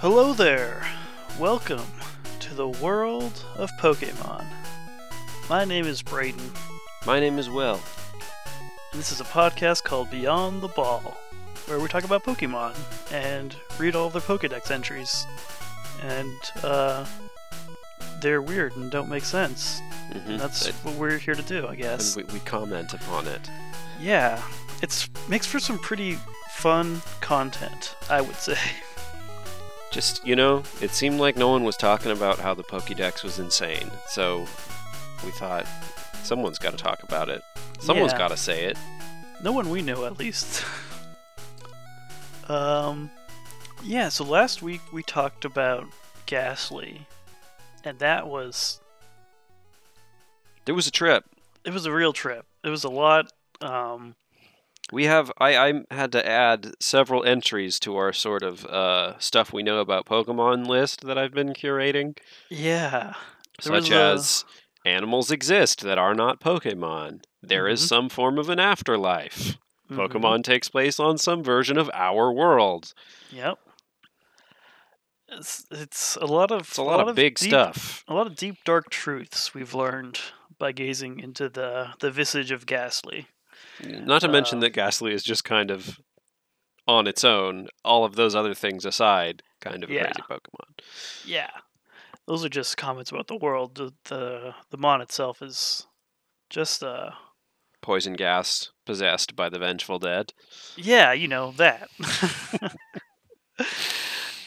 Hello there! Welcome to the world of Pokemon. My name is Brayden, My name is Will. and this is a podcast called Beyond the Ball, where we talk about Pokemon and read all of their Pokedex entries. And, uh, they're weird and don't make sense. Mm-hmm. And that's what we're here to do, I guess. and we, we comment upon it. Yeah, it's makes for some pretty fun content, I would say. Just you know, it seemed like no one was talking about how the Pokédex was insane, so we thought someone's got to talk about it. Someone's Yeah. got to say it. No one we know, at least. um, yeah. So last week we talked about Ghastly, and that was There was a trip. it was a real trip. It was a lot. Um, We have I, I had to add several entries to our sort of uh, stuff we know about Pokemon list that I've been curating, yeah. There was such a- as animals exist that are not Pokemon. There is Mhm. some form of an afterlife. Mhm. Pokemon takes place on some version of our world. Yep. It's, it's a lot of It's a lot, of big deep- stuff. A lot of deep dark truths we've learned by gazing into the the visage of Ghastly. Not to mention Uh, that Ghastly is just kind of on its own, all of those other things aside, kind of a Yeah. crazy Pokemon. Yeah, those are just comments about the world. The the, the mon itself is just uh Poison gas, possessed by the vengeful dead. yeah, you know that.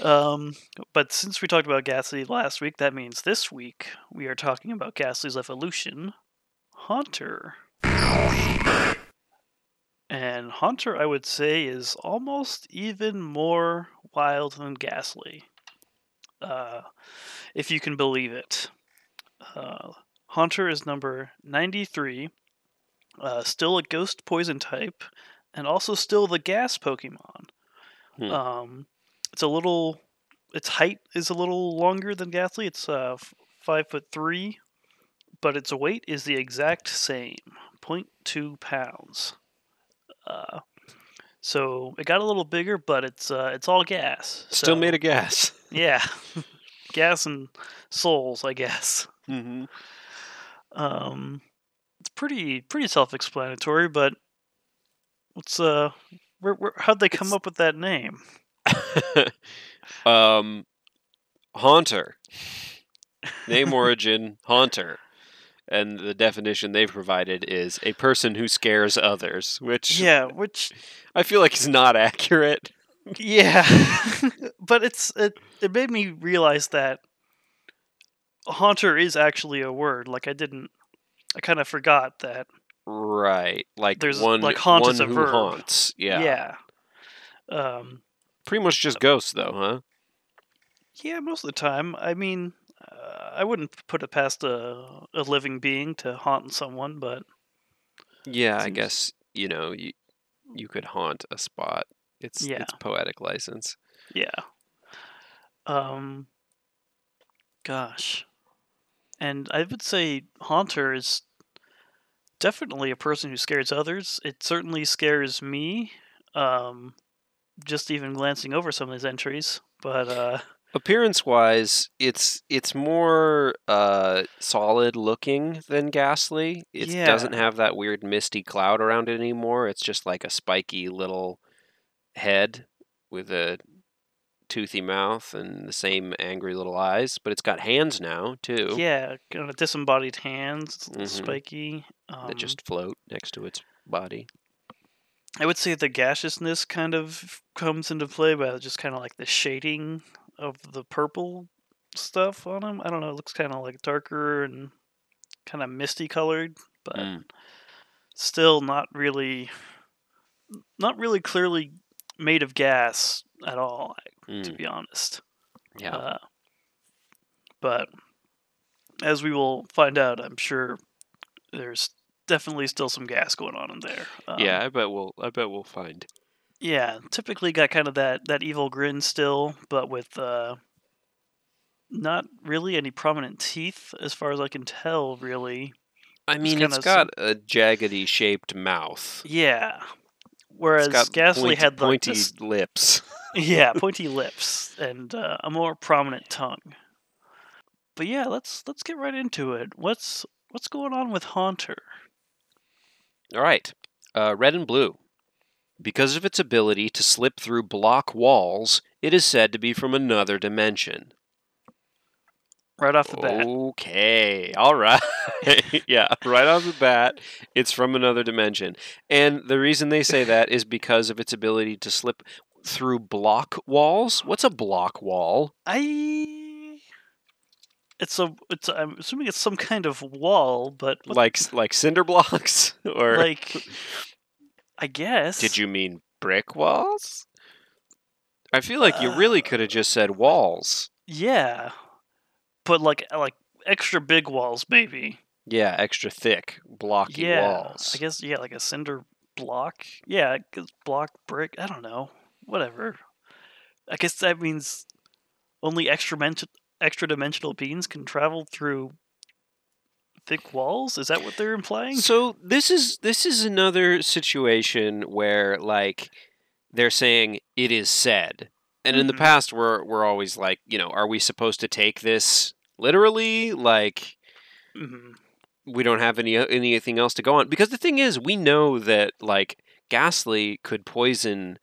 um, but since we talked about Ghastly last week, that means this week we are talking about Ghastly's evolution, Haunter. And Haunter, I would say, is almost even more wild than Ghastly, uh, if you can believe it. Uh, Haunter is number 93, uh, still a ghost poison type, and also still the gas Pokemon. Hmm. Um, it's a little, its height is a little longer than Ghastly. It's uh, f- five foot three, but its weight is the exact same, 0.2 pounds. Uh, so it got a little bigger, but it's uh, it's all gas. Still so- made of gas. yeah, gas and souls, I guess. Mm-hmm. Um, it's pretty pretty self-explanatory, but what's uh, where, where, how'd they come It's- up with that name? um, Haunter. Name origin Haunter. And the definition they've provided is a person who scares others, which Yeah, which I feel like is not accurate. yeah, but it's it, it made me realize that haunter is actually a word. Like I didn't, I kind of forgot that. Right. Like There's, one like, haunt one is a who verb. haunts. Yeah. yeah. Um, Pretty much just ghosts though, huh? Yeah, most of the time. I mean, uh, I wouldn't put it past a, a living being to haunt someone, but Yeah, I Seems- guess, you know, you, you could haunt a spot. It's Yeah. it's poetic license. yeah. Um, gosh, and I would say haunter is definitely a person who scares others. It certainly scares me. Um, just even glancing over some of these entries, but uh, Appearance wise, it's it's more uh solid looking than ghastly. It Yeah. doesn't have that weird misty cloud around it anymore. It's just like a spiky little head with a toothy mouth and the same angry little eyes, but it's got hands now too. yeah, kind of disembodied hands, it's a little Mhm. spiky. Um, that just float next to its body. I would say the gaseousness kind of comes into play by just kind of like the shading of the purple stuff on them. I don't know. It looks kind of like darker and kind of misty colored, but Mm. still not really, not really clearly made of gas at all. To Mm. be honest. Yeah. Uh, but as we will find out, I'm sure there's definitely still some gas going on in there. Um, yeah, I bet we'll I bet we'll find. Yeah, typically got kind of that that evil grin still, but with uh not really any prominent teeth as far as I can tell really. I mean, kinda it's got a jaggedy shaped mouth. Yeah. It's Whereas got Ghastly pointy, had like pointy this- lips. yeah, pointy lips. and uh, a more prominent tongue. But yeah, let's let's get right into it. What's what's going on with Haunter? All right. Uh, red and blue. Because of its ability to slip through block walls, it is said to be from another dimension. Right off the bat, Oh. Okay. All right. yeah, right off the bat, it's from another dimension. And the reason they say that is because of its ability to slip through block walls. What's a block wall? I it's a it's i I'm assuming it's some kind of wall, but what- Like like cinder blocks or like I guess Did you mean brick walls? I feel like you Uh, really could have just said walls. Yeah, but like uh, like extra big walls, maybe. Yeah, extra thick, blocky yeah, walls. I guess yeah, like a cinder block. Yeah, I guess block brick. I don't know. Whatever. I guess that means only extra dimension extra dimensional beings can travel through thick walls. Is that what they're implying? So this is this is another situation where like they're saying it is said. And in the Mhm. past we're we're always like, you know, are we supposed to take this literally? Like hmm we don't have any uh, anything else to go on because the thing is we know that like Ghastly could poison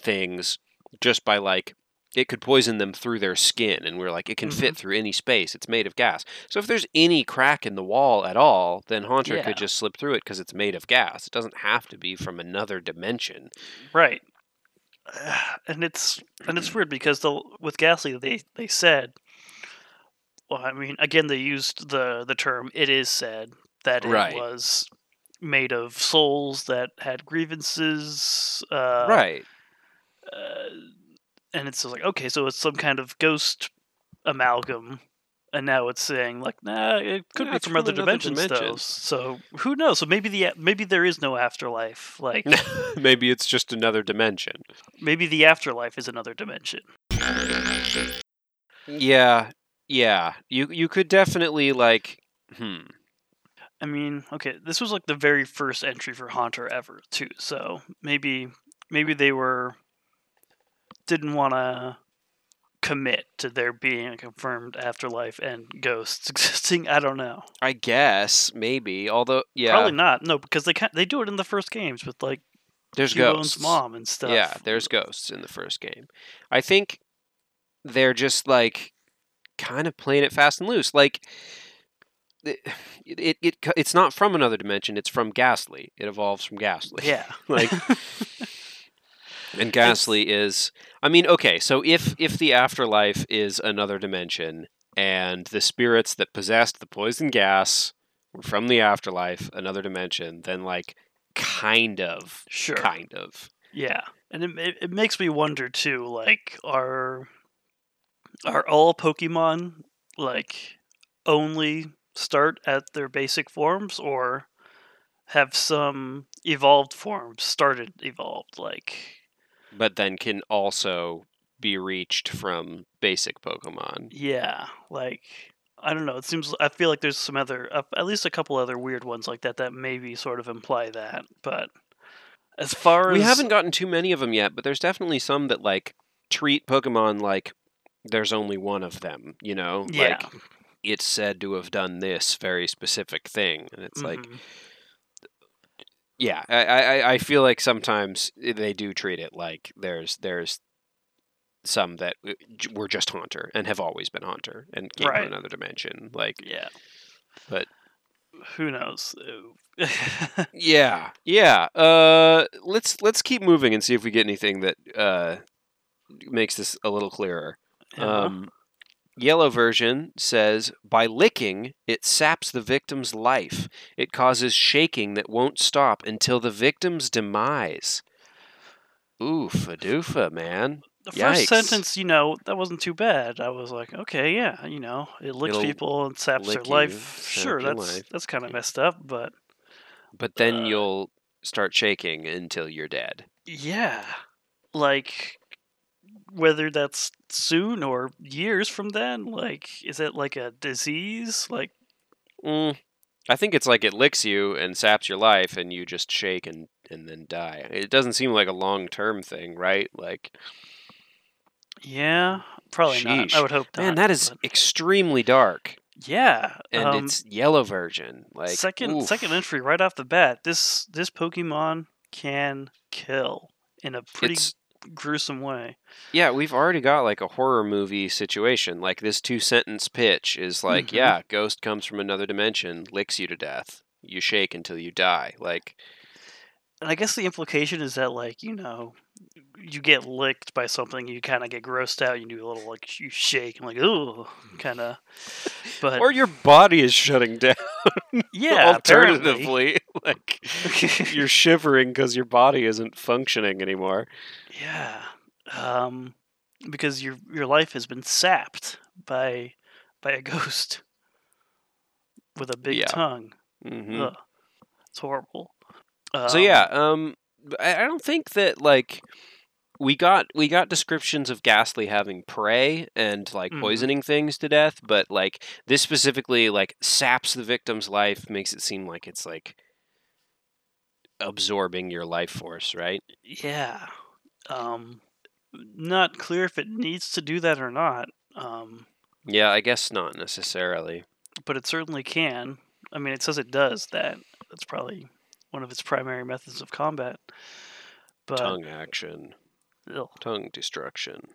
things just by like it could poison them through their skin and we're like it can Mm-hmm. fit through any space it's made of gas so if there's any crack in the wall at all then haunter Yeah. could just slip through it because it's made of gas it doesn't have to be from another dimension Right. And it's and it's weird because the with Ghastly they they said well I mean again they used the the term it is said that it Right. was made of souls that had grievances uh, right uh, and it's just like okay so it's some kind of ghost amalgam and now it's saying like nah it could Yeah, be it's from from other another dimensions though dimension. so who knows so maybe the maybe there is no afterlife like maybe it's just another dimension maybe the afterlife is another dimension yeah yeah you you could definitely like hmm I mean, okay, this was like the very first entry for Haunter ever, too. So maybe maybe they were didn't want to commit to there being a confirmed afterlife and ghosts existing. I don't know. I guess maybe. Although, yeah, Probably not. No, because they can they do it in the first games with like there's Hugo's ghosts. mom and stuff. Yeah, there's ghosts in the first game. I think they're just like kind of playing it fast and loose. Like it, it, it co- it's not from another dimension. It's from Ghastly. It evolves from Ghastly. yeah. like and Ghastly is. I mean, okay. So if if the afterlife is another dimension, and the spirits that possessed the poison gas were from the afterlife, another dimension, then like kind of, Sure. kind of. Yeah, and it, it, it makes me wonder too. Like, are are all Pokemon like only start at their basic forms, or have some evolved forms started evolved? Like, but then can also be reached from basic Pokemon. yeah, like I don't know. It seems I feel like there's some other, uh, at least a couple other weird ones like that that maybe sort of imply that, but. As far as We haven't gotten too many of them yet, but there's definitely some that like treat Pokemon like there's only one of them, you know? Yeah. Like it's said to have done this very specific thing. And it's like, Mhm. yeah, I, I, I- I feel like sometimes they do treat it like there's there's some that uh, j- were just Haunter and have always been Haunter and came Right. from another dimension. Like yeah, But- who knows? Yeah, yeah. Uh, let's let's keep moving and see if we get anything that uh, makes this a little clearer. Yeah. Um, yellow version says by licking it saps the victim's life. It causes shaking that won't stop until the victim's demise. Ooh, fadoofa, man. the first Yikes. sentence, you know, that wasn't too bad. I was like, okay, yeah, you know, it licks It'll people and saps their lick you, life. sap Sure, your that's life. that's kind of messed up, but But then Uh. you'll start shaking until you're dead. yeah, like whether that's soon or years from then, like is it like a disease? Like Mm, I think it's like it licks you and saps your life, and you just shake and, and then die. It doesn't seem like a long term thing, right? Like, Yeah, probably not. Sheesh. I would hope not. Man, that is but- extremely dark, yeah, and um, it's yellow version. Like second oof. second entry right off the bat. This this Pokemon can kill in a pretty It's- gruesome way. yeah, we've already got like a horror movie situation. Like this two sentence pitch is like, Mhm. yeah, ghost comes from another dimension, licks you to death. You shake until you die. Like And I guess the implication is that like you know, you get licked by something, you kind of get grossed out, you do a little like you shake and like ooh, kind of. But Mm. or your body is shutting down. yeah, apparently. alternatively, like you're shivering because your body isn't functioning anymore. Yeah. Um, because your your life has been sapped by by a ghost with a big Yeah. tongue. hmm Ugh. It's horrible. Um, so yeah, um, I, I don't think that like we got we got descriptions of Ghastly having prey and like Mhm. poisoning things to death, but like this specifically like saps the victim's life, makes it seem like it's like absorbing your life force, right? Yeah. Um, not clear if it needs to do that or not. Um, Yeah, I guess not necessarily. but it certainly can. I mean, it says it does that. That's probably one of its primary methods of combat. But Tongue action, ugh. tongue destruction.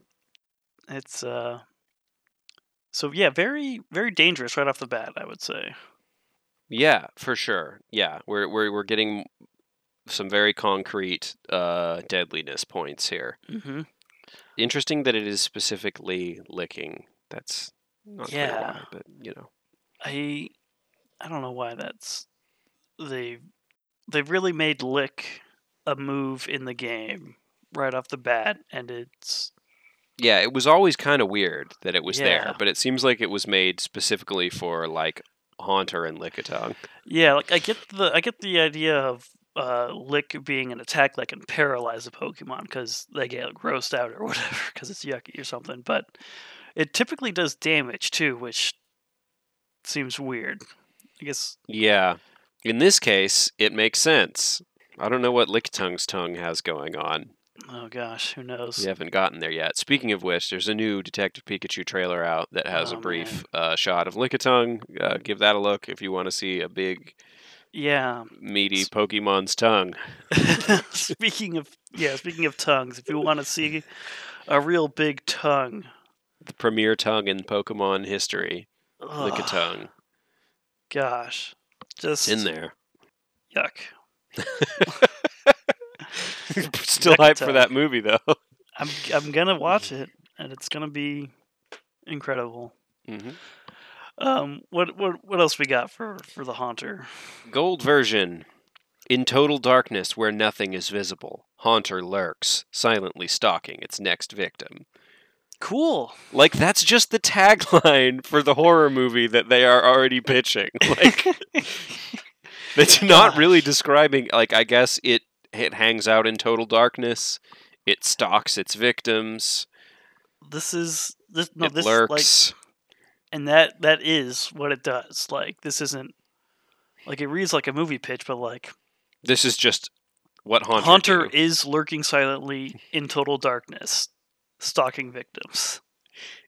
it's uh so yeah very very dangerous right off the bat i would say Yeah, for sure. Yeah, we're we're we're getting some very concrete uh, deadliness points here. mm-hmm. Interesting that it is specifically licking. That's not clear Yeah. why, but you know. i i don't know why that's they they've really made lick a move in the game right off the bat and it's Yeah, it was always kind of weird that it was Yeah. there, but it seems like it was made specifically for like Haunter and Lickitung. yeah like i get the i get the idea of uh, lick being an attack that can paralyze a pokemon because they get grossed out or whatever because it's yucky or something but it typically does damage too which seems weird i guess Yeah. In this case, it makes sense. I don't know what Lickitung's tongue has going on. Oh gosh, who knows? We haven't gotten there yet. Speaking of which, there's a new Detective Pikachu trailer out that has Oh, a brief uh, shot of Lickitung. Uh, give that a look if you want to see a big, Yeah. meaty Pokemon's tongue. speaking of yeah, speaking of tongues, if you want to see a real big tongue, The premier tongue in Pokemon history, ugh, Lickitung. Gosh, just It's in there. Yuck. Still hyped for Lickitung. that movie, though. I'm I'm gonna watch it, and it's gonna be incredible. hmm Um, what what what else we got for for the haunter? Gold version. In total darkness where nothing is visible, Haunter lurks, silently stalking its next victim. Cool. Like that's just the tagline for the horror movie that they are already pitching. Like that's not Gosh. really describing like I guess it it hangs out in total darkness. It stalks its victims. This is this no it this like lurks. and that that is what it does. Like this isn't like it reads like a movie pitch, but like This is just what Haunter. Haunter do. is lurking silently in total darkness, stalking victims.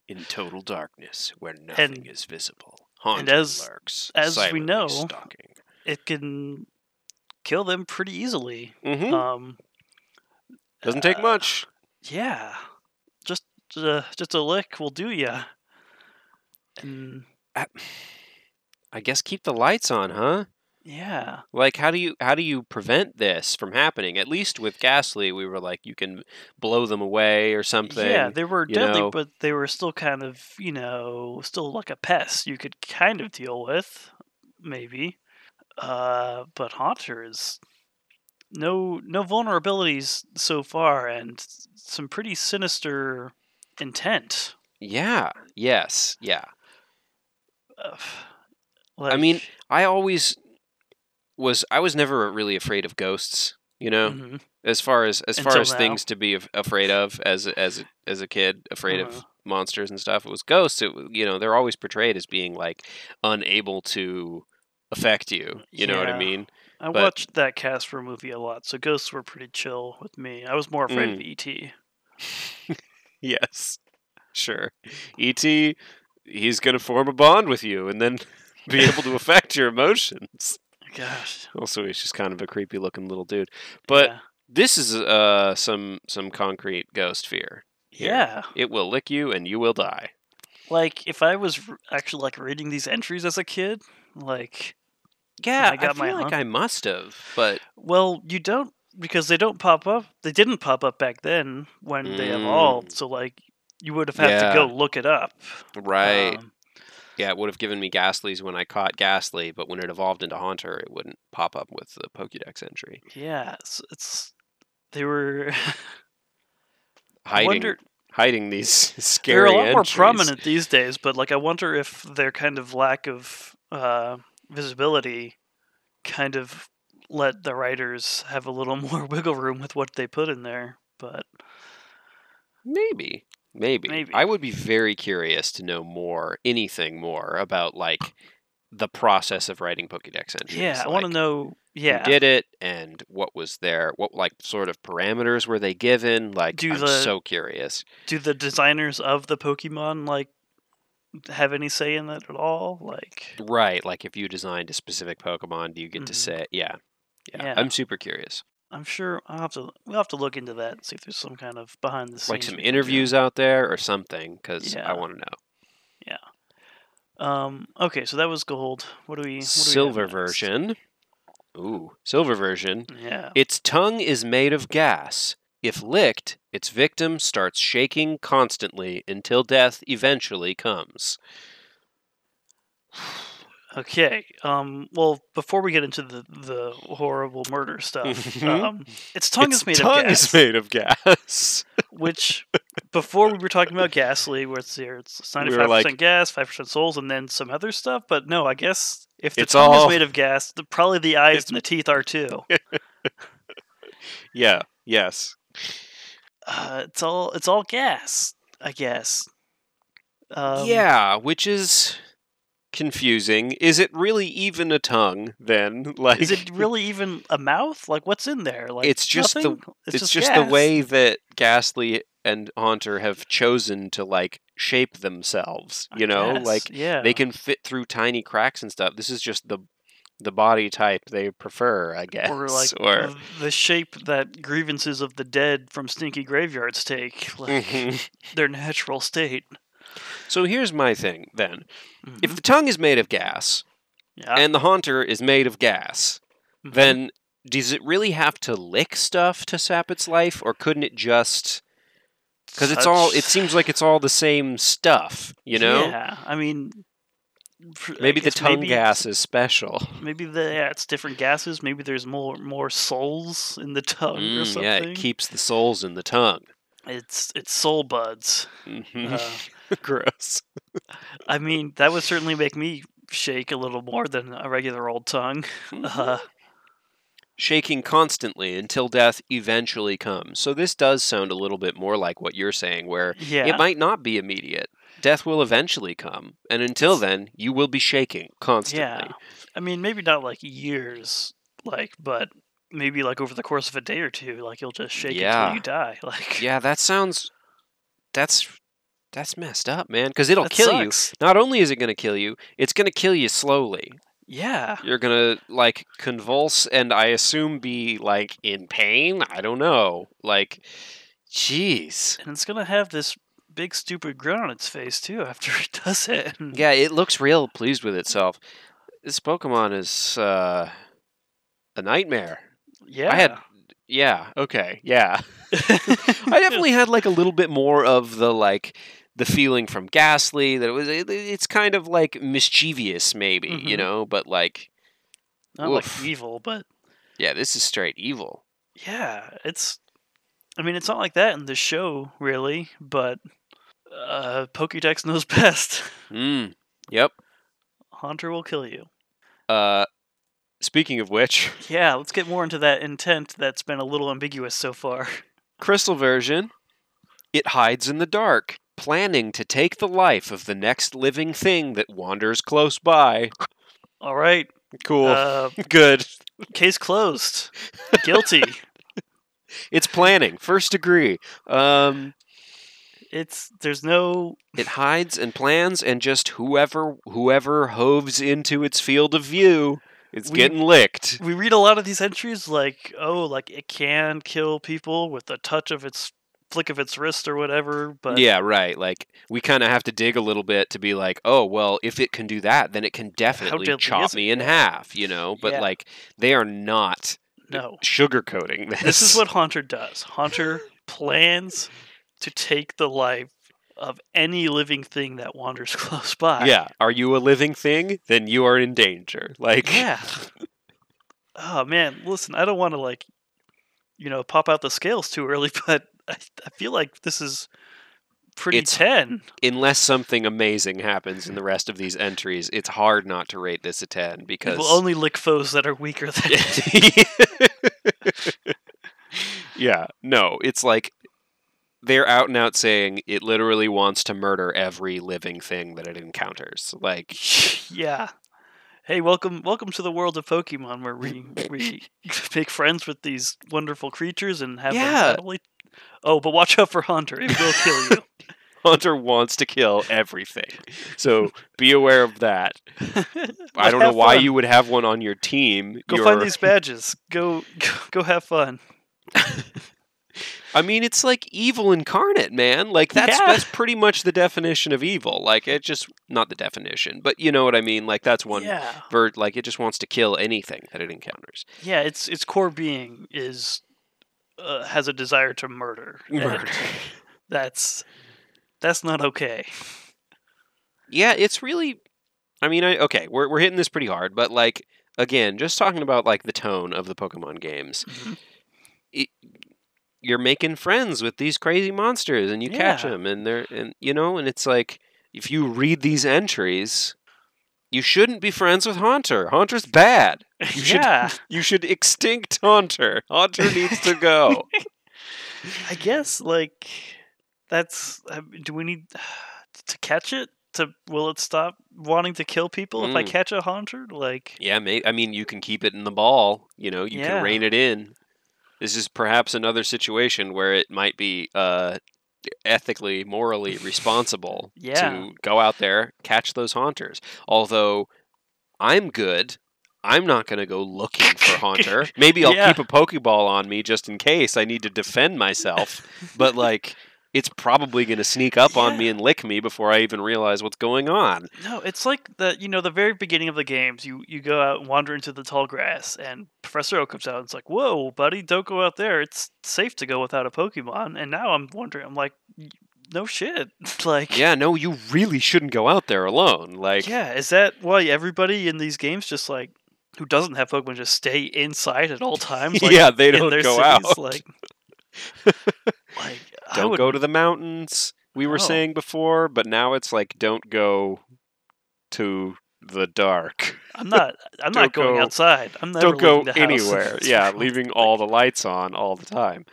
in total darkness where nothing is visible. Haunter as- lurks. as we silently know- stalking. It can kill them pretty easily. Mhm. Um, Doesn't take uh, much. yeah, just uh, just a lick will do ya. And I guess keep the lights on, huh? yeah, like how do you how do you prevent this from happening at least with ghastly we were like you can blow them away or something yeah, they were you deadly, know. but they were still kind of you know still like a pest you could kind of deal with, maybe. Uh, but Haunter is no no vulnerabilities so far and some pretty sinister intent yeah yes yeah Uh, i mean like- i always was i was never really afraid of ghosts you know Mhm. as far as as far Until as now. things to be af- afraid of as a- as a, as a kid afraid Uh-huh. of monsters and stuff it was ghosts it, w- you know they're always portrayed as being like unable to affect you you know what Uh, Yeah. i mean i but- watched that casper movie a lot so Mm. E ghosts were pretty chill with me i was more afraid of et yes Sure. E.T., he's going to form a bond with you and then be able to affect your emotions. Gosh. Also, he's just kind of a creepy looking little dude. But yeah. this is uh, some some concrete ghost fear. here. yeah. It will lick you and you will die. Like if I was r- actually like reading these entries as a kid, like Yeah, I got my feel like hump. I must have, but well, you don't because they don't pop up. They didn't pop up back then when they evolved. So like you would have had Mm. Yeah. to go look it up. right. Um, Yeah, it would have given me Ghastly's when I caught Ghastly, but when it evolved into Haunter, it wouldn't pop up with the Pokédex entry. yeah. It's, it's they were I Hiding, wonder hiding these scary. they're a lot more entries. prominent these days, but like I wonder if their kind of lack of uh, visibility kind of let the writers have a little more wiggle room with what they put in there. But Maybe, maybe. Maybe. I would be very curious to know more, anything more about like the process of writing Pokédex entries. yeah, I want to like, know. Yeah, Who did it and what was their what like sort of parameters were they given? Like Do I'm the- so curious. do the designers of the Pokemon like have any say in that at all? Like, Right, like if you designed a specific Pokemon, do you get to Mhm. say yeah. Yeah. Yeah. I'm super curious. I'm sure I'll have to we'll have to look into that and see if there's some kind of behind the scenes Like some we can do. interviews out there or something, because Yeah. I want to know. Um. Okay, so that was gold. What do we? What do we have Silver next? version. Ooh, silver version. Yeah. Its tongue is made of gas. If licked, its victim starts shaking constantly until death eventually comes. Okay. Um. Well, before we get into the the horrible murder stuff, Mhm. um, its tongue Its is made tongue of gas. is made of gas. which before we were talking about ghastly, where it's here, it's We ninety were five like- percent gas, five percent souls, and then some other stuff. But no, I guess if the It's tongue is all- made of gas, the, probably the eyes It's- and the teeth are too. yeah. Yes. Uh, it's all it's all gas, I guess. Um, yeah, which is confusing. Is it really even a tongue then? Like Is it really even a mouth? Like what's in there? Like It's just the- nothing? it's, just, the gas. way that Ghastly and Haunter have chosen to like shape themselves, I you know? guess, Like yeah. they can fit through tiny cracks and stuff. This is just the the body type they prefer, I guess. or like or th- the shape that grievances of the dead from stinky graveyards take, like Mhm. their natural state. so here's my thing then. If Mhm. the tongue is made of gas yeah. and the haunter is made of gas, Mhm. then does it really have to lick stuff to sap its life, or couldn't it just? Because it's all. Touch- It seems like it's all the same stuff, you know. yeah. I mean, pr- I Maybe the guess tongue maybe- gas is special. Maybe the, yeah, it's different gases. Maybe there's more more souls in the tongue or Mm, something. yeah, it keeps the souls in the tongue. it's it's soul buds. Mhm. Uh, Gross. I mean, that would certainly make me shake a little more than a regular old tongue. Mm-hmm. Uh, shaking constantly until death eventually comes. So this does sound a little bit more like what you're saying, where yeah. it might not be immediate. Death will eventually come, and until then, you will be shaking constantly. Yeah. I mean, maybe not like years, like, but maybe like over the course of a day or two, like you'll just shake Yeah. until you die. Like, Yeah, that sounds. That's that's messed up, man. Because it'll that kill you. sucks. Not only is it going to kill you, it's going to kill you slowly. Yeah. You're going to like convulse, and I assume be like in pain. I don't know. Like, jeez. And it's gonna have this big stupid grin on its face too after it does it. And Yeah, it looks real pleased with itself. This Pokemon is uh, a nightmare. yeah. I had, yeah, okay, yeah. I I definitely had like a little bit more of the like the feeling from Ghastly that it was. It, it's kind of like mischievous, maybe you Mhm. know, but like, not Oof. like evil, but yeah, this is straight evil. yeah, it's. I mean, it's not like that in the show really, but uh, Pokédex knows best. Mm. Yep. Haunter will kill you. Uh, speaking of which, Yeah, let's get more into that intent that's been a little ambiguous so far. Crystal version, it hides in the dark, planning to take the life of the next living thing that wanders close by. All right, Cool. uh, Good. case closed. Guilty. It's planning, first degree. Um, it's there's no It hides and plans, and just whoever whoever hoves into its field of view, it's We- getting licked. we read a lot of these entries like oh like it can kill people with the touch of its flick of its wrist or whatever but yeah, right. Like we kind of have to dig a little bit to be like, oh well, if it can do that, then it can definitely deadly chop is it? me in half. You know, but Yeah. like they are not no sugarcoating this. this is what haunter does haunter plans to take the life of any living thing that wanders close by Yeah, are you a living thing? Then you are in danger. Like yeah oh man listen i don't want to like you know pop out the scales too early but i, I feel like this is pretty It's- 10 unless something amazing happens in the rest of these entries, it's hard not to rate this a 10 because people only lick foes that are weaker than yeah, no, it's like they're out and out saying it literally wants to murder every living thing that it encounters. Like, yeah. Hey, welcome welcome to the world of Pokemon where we we make friends with these wonderful creatures and have Yeah. them battling- Oh, but watch out for Hunter. It will kill you. Hunter wants to kill everything. So be aware of that. I But don't know have why fun. you would have one on your team. Go You're- find these badges. Go, go go have fun. I mean, it's like evil incarnate, man. Like that's Yeah. that's pretty much the definition of evil. Like it just not the definition, but you know what I mean. Like that's one Yeah. ver- like it just wants to kill anything that it encounters. Yeah, its its core being is uh, has a desire to murder. and Murder. That's that's not okay. Yeah, it's really. I mean, I, okay, we're we're hitting this pretty hard, but like again, just talking about like the tone of the Pokemon games. Mhm. It, you're making friends with these crazy monsters, and you catch Yeah. them, and they're and you know, and it's like if you read these entries, you shouldn't be friends with Haunter. Haunter's bad. You should- yeah. You should extinct Haunter. Haunter needs to go. I guess like that's I mean, do we need to catch it? To will it stop wanting to kill people if I Mm. catch a hunter? Like Yeah, may- I mean, you can keep it in the ball. You know, you Yeah. can rein it in. This is perhaps another situation where it might be uh, ethically, morally responsible Yeah. to go out there catch those haunters. Although I'm good, I'm not going to go looking for haunter. Maybe I'll Yeah. keep a pokeball on me just in case I need to defend myself. but like, it's probably going to sneak up on me Yeah. and lick me before I even realize what's going on. no, it's like the you know the very beginning of the games. You you go out and wander into the tall grass, and Professor O comes out and it's like, "Whoa, buddy, don't go out there. It's safe to go without a Pokemon." And now I'm wondering, I'm like, "Y- "No shit, like Yeah, no, you really shouldn't go out there alone. Like, yeah." Is that why everybody in these games just like who doesn't have Pokemon just stay inside at all times? Like, yeah, they in don't their go cities, out. Like, like I don't would- go to the mountains. We were No. saying before, but now it's like don't go to the dark. I'm not. I'm not Don't going go- outside. I'm never don't go leaving the house. anywhere. Yeah, leaving all the lights on all the time.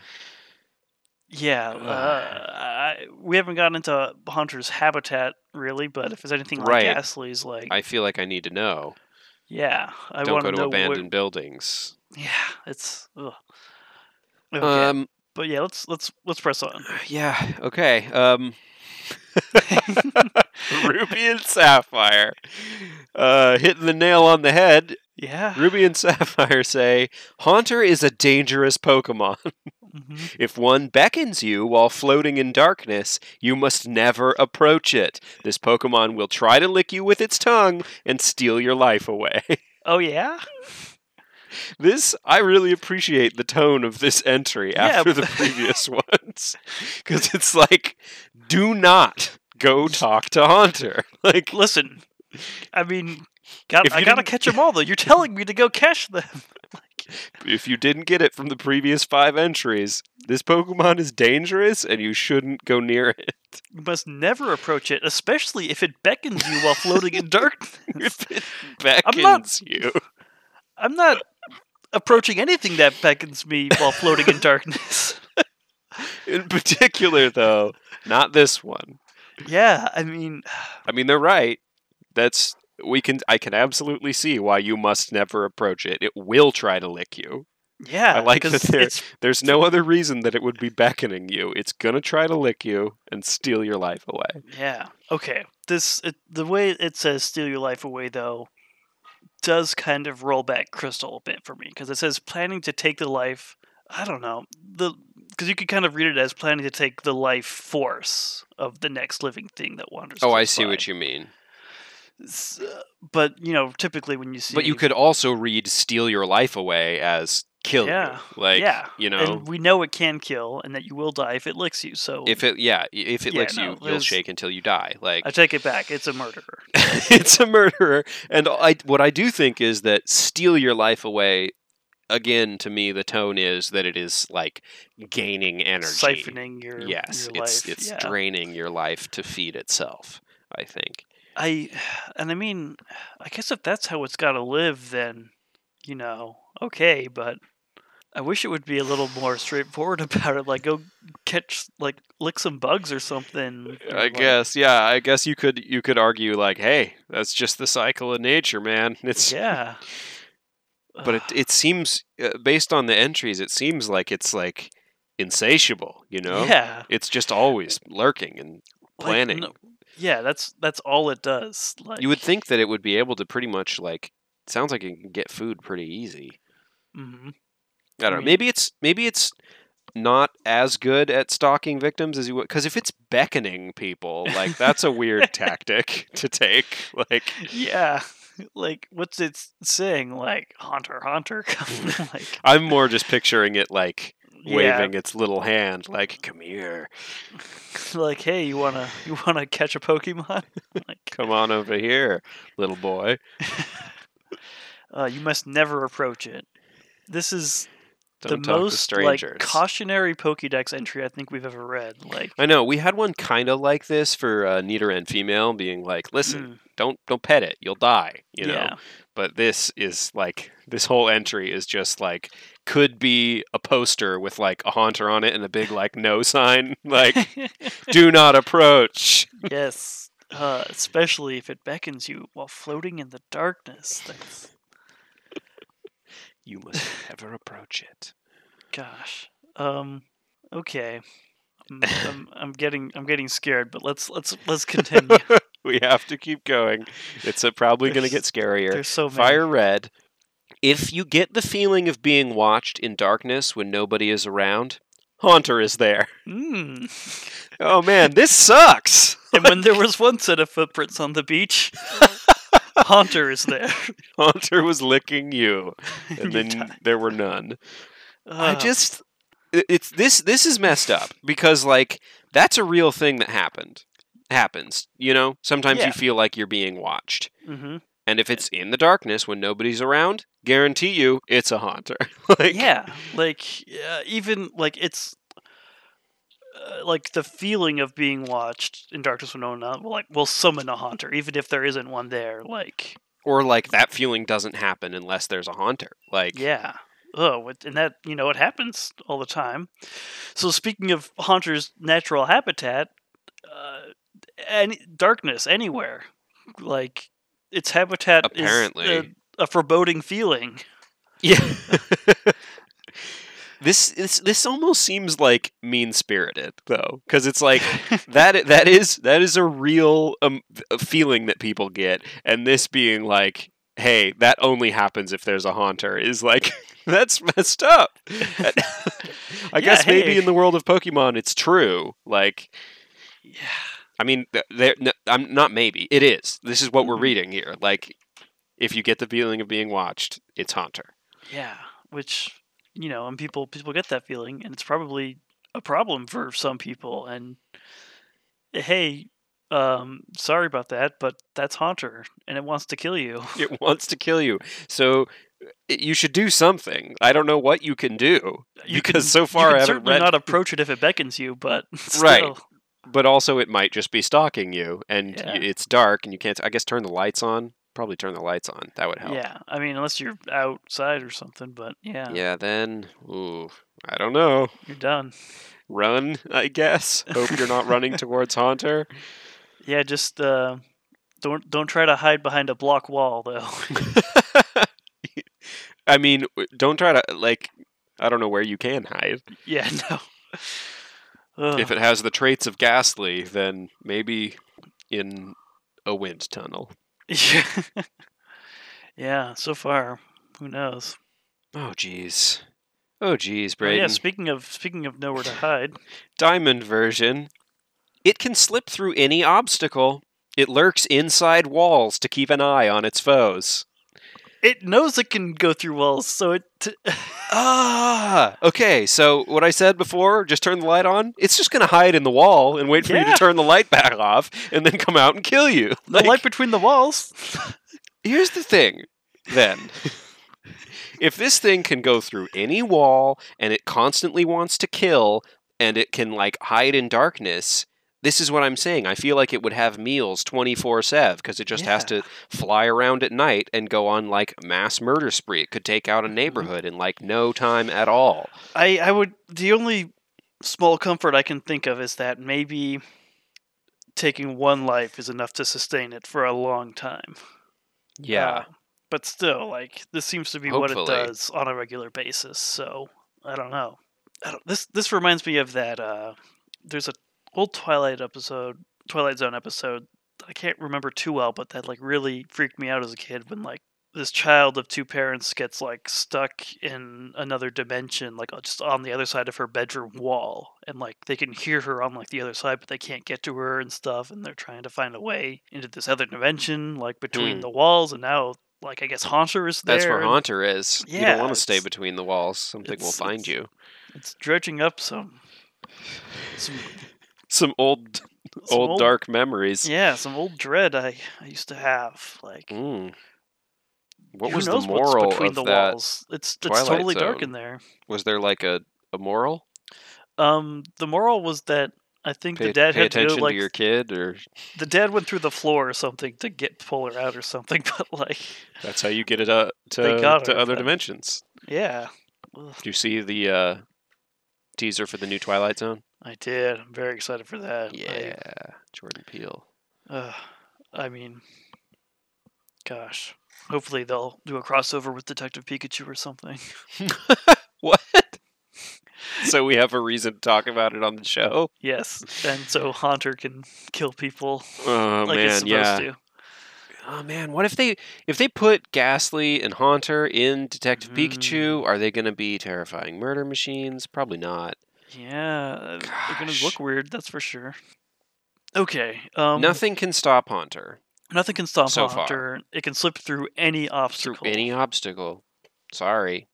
Yeah. Uh, I, we haven't gotten into Hunter's habitat really, but if it's anything like Right. Ghastly's, like I feel like I need to know. yeah, I don't want go to know where- abandoned buildings. yeah, it's. Ugh. Okay, Um, but Oh, yeah, let's let's let's press on. yeah, okay. Um, Ruby and Sapphire, uh, hitting the nail on the head. yeah. Ruby and Sapphire say, Haunter is a dangerous Pokemon. mhm. If one beckons you while floating in darkness, you must never approach it. This Pokemon will try to lick you with its tongue and steal your life away. Oh yeah. This, I really appreciate the tone of this entry Yeah, after the but- previous ones. Because it's like, do not go talk to Haunter. Like, Listen, I mean, got, If I you gotta didn't- catch them all though. You're telling me to go catch them. if you didn't get it from the previous five entries, this Pokemon is dangerous and you shouldn't go near it. You must never approach it, especially if it beckons you while floating in darkness. If it I'm not- beckons you. I'm not approaching anything that beckons me while floating in darkness. In particular, though, not this one. Yeah, I mean, I mean, they're right. That's we can. I can absolutely see why you must never approach it. It will try to lick you. Yeah, I like that 'cause they're- it's There's no other reason that it would be beckoning you. It's gonna try to lick you and steal your life away. Yeah. Okay. This it, the way it says "steal your life away" though does kind of roll back Crystal a bit for me because it says planning to take the life. I don't know the because you could kind of read it as planning to take the life force of the next living thing that wanders. Oh, I see what you mean. you. uh, But you know, typically when you see, But you could also read "steal your life away" as kill Yeah. you. Like, Yeah. you know, and we know it can kill, and that you will die if it licks you. So if it yeah, i- if it Yeah, licks no, you, you'll there's- shake until you die. Like, I take it back, it's a murderer. it's a murderer. And I, what I do think is that steal your life away. Again, to me, the tone is that it is like gaining energy. Siphoning your yes, your it's life. it's yeah. draining your life to feed itself. I think. I and I mean, I guess if that's how it's got to live, then you know, okay. But I wish it would be a little more straightforward about it. Like, go catch, like, lick some bugs or something. or, Uh, I like- guess, yeah. I guess you could you could argue like, hey, that's just the cycle of nature, man. It's Yeah. but it it seems uh, based on the entries, it seems like it's like insatiable. You know, Yeah. it's just always lurking and like, planning. no- yeah, that's that's all it does. Like you would think that it would be able to pretty much like it sounds like it can get food pretty easy. Mhm. I don't I know. mean- Maybe it's maybe it's not as good at stalking victims as you would because if it's beckoning people, like that's a weird tactic to take. Like Yeah. Like what's it saying? Like Haunter, Haunter, come like I'm more just picturing it like yeah, waving its little hand, like "Come here, like hey, you wanna you wanna catch a Pokemon? like come on over here, little boy." uh, you must never approach it. This is Don't the talk to most like strangers. cautionary Pokédex entry I think we've ever read. Like, I know we had one kind of like this for uh, Neater and female, being like, "Listen, mm, don't don't pet it, you'll die," you know. yeah, But this is like this whole entry is just like could be a poster with like a haunter on it and a big like no sign, like "Do not approach." yes, uh, especially if it beckons you while floating in the darkness. That's You must never approach it. gosh. Um, okay, I'm, I'm, I'm getting I'm getting scared, but let's let's let's continue. We have to keep going. It's uh, probably going to get There's- scarier. There's so many. Fire Red. If you get the feeling of being watched in darkness when nobody is around, Haunter is there. Mm. Oh man, this sucks. And when there was one set of footprints on the beach, Haunter is there. Haunter was licking you, You and then die. there were none. I Uh, just it- it's this this is messed up because like that's a real thing that happened. Happens, you know? Sometimes Yeah. you feel like you're being watched. mhm. And if it's in the darkness when nobody's around, guarantee you it's a haunter. like yeah like uh, even like it's uh, like the feeling of being watched in darkness when no one out, like will summon a haunter even if there isn't one there like or like that feeling doesn't happen unless there's a haunter. Like yeah oh it- and that you know it happens all the time so speaking of haunters natural habitat uh any darkness anywhere like its habitat is, uh, Apparently. a foreboding feeling Yeah. this this this almost seems like mean spirited though, because it's like that that is that is a real um, a feeling that people get, and this being like, hey, that only happens if there's a haunter is like that's messed up. I guess Yeah, maybe hey. in the world of Pokemon, it's true. Like, yeah I mean, th- there. No, I'm not. Maybe it is. This is what we're Mhm. reading here. Like, if you get the feeling of being watched, it's haunter. Yeah, which you know, and people people get that feeling, and it's probably a problem for some people. And hey, um, sorry about that, but that's Haunter, and it wants to kill you. it wants to kill you. So it, you should do something. I don't know what you can do You because can, so you far I can haven't certainly read. not approach it if it beckons you, but Right. still, But also, it might just be stalking you, and y Yeah. it's dark, and you can't. I guess turn the lights on. Probably turn the lights on. That would help. yeah. I mean, unless you're outside or something, but yeah, Yeah, Then, ooh, I don't know. you're done. Run, I guess. Hope you're not running towards Haunter. Yeah, just uh, don't don't try to hide behind a block wall though. I mean, w- don't try to like I don't know where you can hide. Yeah, no. Ugh. If it has the traits of Ghastly, then maybe in a wind tunnel. Yeah. yeah, so far, who knows? Oh, jeez. Oh, jeez, Oh, Yeah, Braden. speaking of speaking of nowhere to hide, Diamond version. It can slip through any obstacle. It lurks inside walls to keep an eye on its foes. it knows it can go through walls, so it t- Ah! Okay, so what I said before, just turn the light on, it's just going to hide in the wall and wait for you Yeah. to turn the light back off and then come out and kill you. the light between the walls. here's the thing then if this thing can go through any wall and it constantly wants to kill and it can like hide in darkness this is what i'm saying i feel like it would have meals 24-7 because it just has Yeah. to fly around at night and go on like mass murder spree it could take Mm-hmm. out a neighborhood in like no time at all I I would the only small comfort I can think of is that maybe taking one life is enough to sustain it for a long time. Uh, but still, like this seems to be what Hopefully. it does on a regular basis. So I don't know. I don't, this this reminds me of that. Uh, there's a old Twilight episode, Twilight Zone episode. that I can't remember too well, but that like really freaked me out as a kid when like this child of two parents gets like stuck in another dimension, like uh, just on the other side of her bedroom wall, and like they can hear her on like the other side, but they can't get to her and stuff, and they're trying to find a way into this other dimension, like between Hmm. the walls, and now like I guess Haunter is there. that's where and haunter is you Yeah, don't want to stay it's- between the walls something will it's- find it's- you It's dredging up some, some, some old some old dark memories Yeah, some old dread I, I used to have. Like Mm. What who was the knows moral what's between of the that? walls? It's it's Twilight totally dark Zone? in there. Was there like a, a moral? Um, the moral was that I think Pay, the dad pay had to do, attention to, like your kid, or the dad went through the floor or something to get pull her out or something. But like, that's how you get it uh, They to got to her, other but- dimensions. yeah, Ugh, Do you see the uh, teaser for the new Twilight Zone? I did. I'm very excited for that. I- Jordan Peele. Uh, I mean, gosh. Hopefully they'll do a crossover with Detective Pikachu or something. What? so we have a reason to talk about it on the show. Yes, and so Haunter can kill people Oh like man, it's supposed yeah. to. Oh man, what if they if they put Ghastly and Haunter in Detective Pikachu? Mm. Are they going to be terrifying murder machines? Probably not. Yeah, they're gonna Gosh. look weird. That's for sure. Okay. Um, Nothing can stop Haunter Nothing can stop so far. Haunter. It can slip through any through obstacle. any obstacle. Sorry.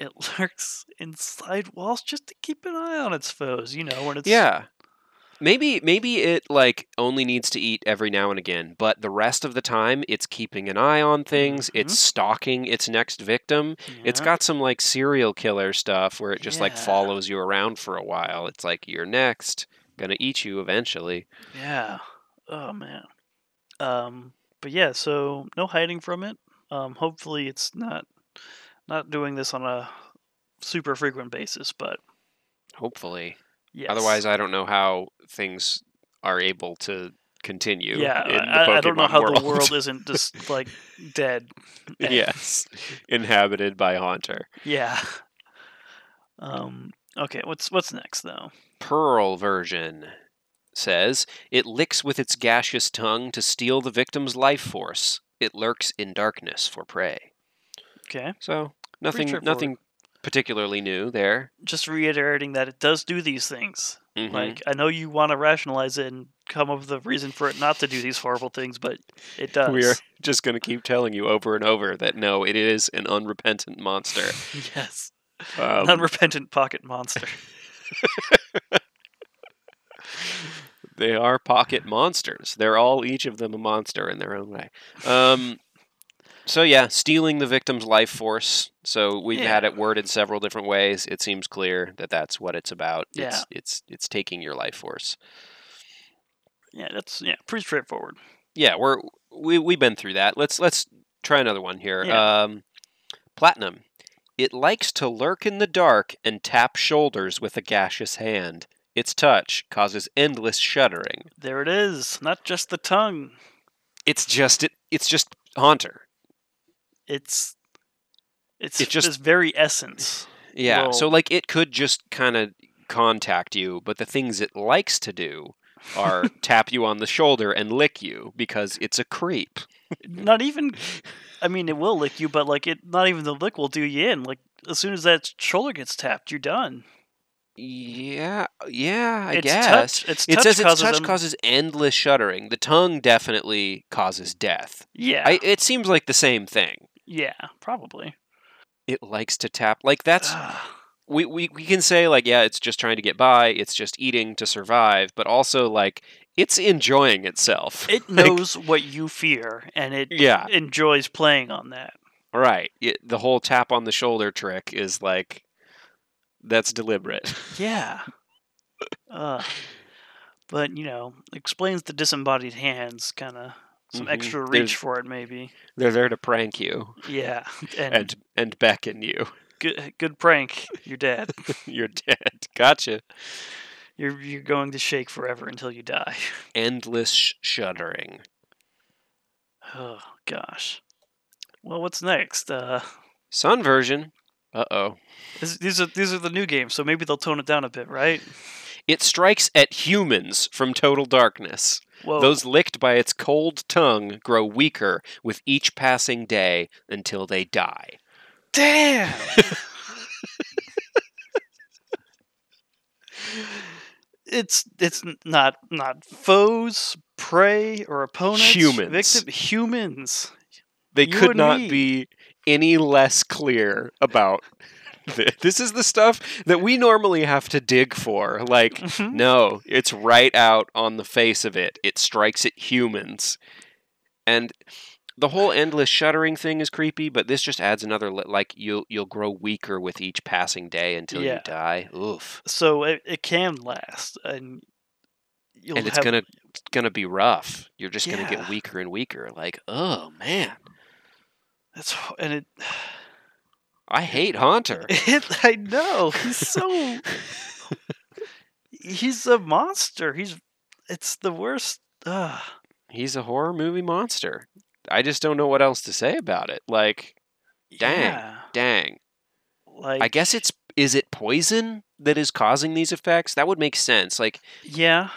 It lurks inside walls just to keep an eye on its foes. You know when it's Yeah. Maybe maybe it like only needs to eat every now and again, but the rest of the time it's keeping an eye on things, it's stalking its next victim. It's Mm-hmm. Yeah. got some like serial killer stuff where it just like Yeah. follows you around for a while. It's like you're next, gonna eat you eventually. Yeah. Oh man. Um. But yeah. So no hiding from it. Um. Hopefully it's not not doing this on a super frequent basis. But Hopefully. yes. Otherwise I don't know how things are able to continue yeah. in the I, I don't know Pokemon how world. the world isn't just like dead. and- yes. Inhabited by Haunter. Yeah. Um. Okay. What's what's next though? Pearl version says it licks with its gaseous tongue to steal the victim's life force. It lurks in darkness for prey. Okay. So nothing, straightforward. nothing particularly new there. Just reiterating that it does do these things. Mhm. Like I know you want to rationalize it and come up with a reason for it not to do these horrible things, but it does. we are just going to keep telling you over and over that no, it is an unrepentant monster. yes. Um, unrepentant pocket monster. they are pocket monsters. They're all each of them a monster in their own way. Um, so yeah, stealing the victim's life force. So we've had Yeah. it worded several different ways. It seems clear that that's what it's about. It's it's it's taking your life force. yeah, that's yeah, pretty straightforward. Yeah, we're we we've been through that. Let's let's try another one here. Yeah. Um, platinum. It likes to lurk in the dark and tap shoulders with a gaseous hand. Its touch causes endless shuddering. There it is. Not just the tongue. It's just it, it's just Haunter. It's it's It just- this very essence. Yeah. Well- so like it could just kind of contact you, but the things it likes to do are tap you on the shoulder and lick you because it's a creep. Not even. I mean, it will lick you, but like it. Not even the lick will do you in. Like as soon as that shoulder gets tapped, you're done. Yeah. Yeah. I it's guess. Touch, it's It touch says its causes touch them- causes endless shuddering. The tongue definitely causes death. Yeah. I, it seems like the same thing. yeah. Probably. It likes to tap. Like that's Ugh. we, we we can say like yeah, it's just trying to get by. It's just eating to survive. But also like it's enjoying itself. it Like- knows what you fear, and it yeah. enjoys playing on that. Right. Y the whole tap on the shoulder trick is like that's deliberate. Yeah. Ugh. But you know, explains the disembodied hands, kind of some Mhm. extra reach There's- for it, maybe. They're there to prank you Yeah, and, and and beckon you. good, good prank. You're dead. You're dead. Gotcha. You're you're going to shake forever until you die. Endless sh- shuddering. Oh gosh. Well, what's next? Uh, Sun version. Uh-oh. this, these are these are the new games, so maybe they'll tone it down a bit, right? It strikes at humans from total darkness. Whoa. Those licked by its cold tongue grow weaker with each passing day until they die. damn. it's it's not not foes, prey, or opponents. Humans. victim, humans. They You could and not me. be any less clear about thi- this is the stuff that we normally have to dig for. Like, Mhm. no, it's right out on the face of it. It strikes at humans. And the whole endless shuddering thing is creepy, but this just adds another li- like you'll you'll grow weaker with each passing day until you Yeah. die. Oof. So it, it can last, and you'll and it's have gonna gonna be rough. You're just gonna get Yeah. weaker and weaker. Like, oh man. it's ho- and it I hate Haunter. it I know he's so he's a monster. He's it's the worst. Uh, he's a horror movie monster. I just don't know what else to say about it. Like, Dang. Yeah, dang. like I guess it's is it poison that is causing these effects? That would make sense. Like yeah.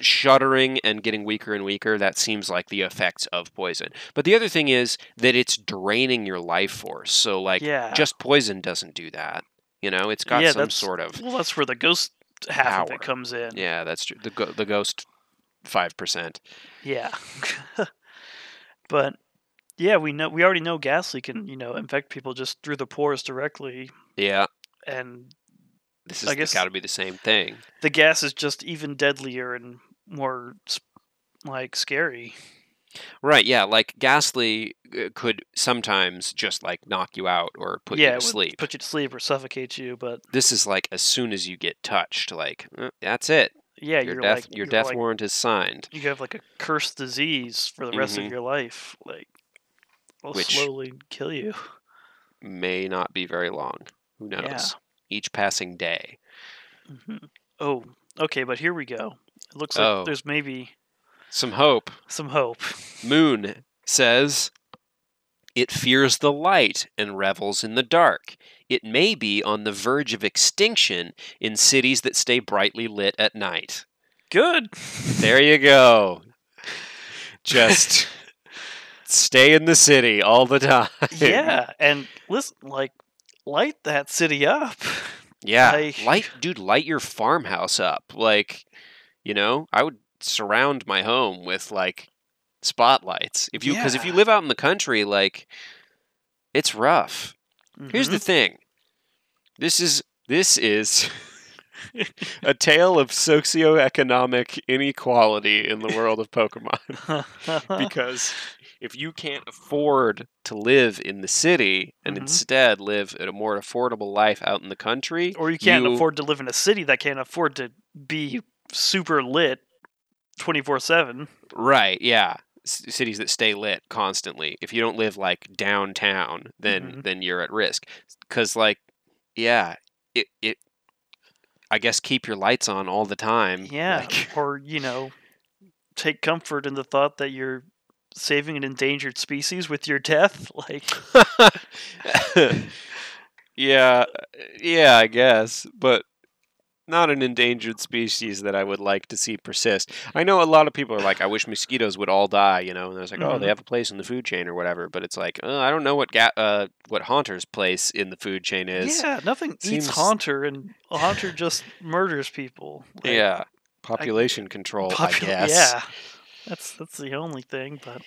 shuddering and getting weaker and weaker, that seems like the effects of poison. But the other thing is that it's draining your life force. So like Yeah. just poison doesn't do that. You know, it's got Yeah, some that's- sort of Well, that's where the ghost half of Power. it comes in. Yeah, that's true. The go- the ghost 5%. Yeah. but yeah, we know we already know ghastly can you know infect people just through the pores directly, Yeah, and this I is guess- got to be the same thing. the gas is just even deadlier and more s- like scary. Right, yeah, like Ghastly uh, could sometimes just like knock you out or put yeah, you it to would sleep. put you to sleep or suffocate you. But This is like as soon as you get touched, like uh, that's it. yeah, your you're death, like your you're death like- warrant is signed. You have like a cursed disease for the rest Mhm. of your life, like. Will Which- slowly kill you. May not be very long. Who knows? Yeah. Each passing day. Mhm. Oh, okay, but here we go. It looks like Oh. there's maybe Some hope. some hope. Moon says it fears the light and revels in the dark. It may be on the verge of extinction in cities that stay brightly lit at night. Good. There you go. Just stay in the city all the time. yeah, and listen, like, light that city up. Yeah. Like- Light dude, light your farmhouse up. Like, you know, I would surround my home with like spotlights. If you cuz if you Yeah. live out in the country like it's rough. Here's Mm-hmm. the thing. This is this is a tale of socioeconomic inequality in the world of Pokemon the. because if you can't afford to live in the city and Mhm. instead live at a more affordable life out in the country, or you can't you- afford to live in a city that can't afford to be super lit 24 7. right? Yeah, C- cities that stay lit constantly. If you don't live like downtown, then Mhm. then you're at risk. Because like, yeah, it it. I guess keep your lights on all the time. Yeah. Mm, like- Or, you know, take comfort in the thought that you're saving an endangered species with your death. Like, Yeah, yeah, I guess, but not an endangered species that I would like to see persist. I know a lot of people are like, I wish mosquitoes would all die, you know, and there's like, oh, they Mhm. have a place in the food chain or whatever, but it's like, uh, I don't know what ga- uh, what Haunter's place in the food chain is. yeah, nothing seems- eats Haunter, and Haunter just murders people. Like, Yeah. Population control, popu- I guess. Yeah, that's that's the only thing. But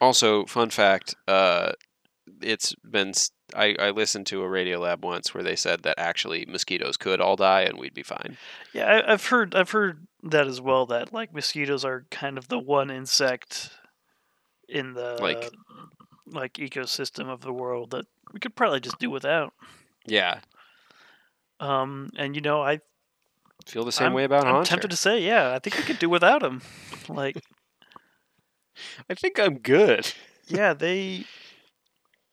Also, fun fact: uh, it's been s- I, I listened to a radio lab once where they said that actually mosquitoes could all die and we'd be fine. yeah, I, I've heard I've heard that as well. That like mosquitoes are kind of the one insect in the Like- like ecosystem of the world that we could probably just do without. Yeah, Um, and you know, I feel the same I'm- way about I'm Haunter. tempted to say, yeah, I think we could do without them. Like, I think I'm good. yeah, they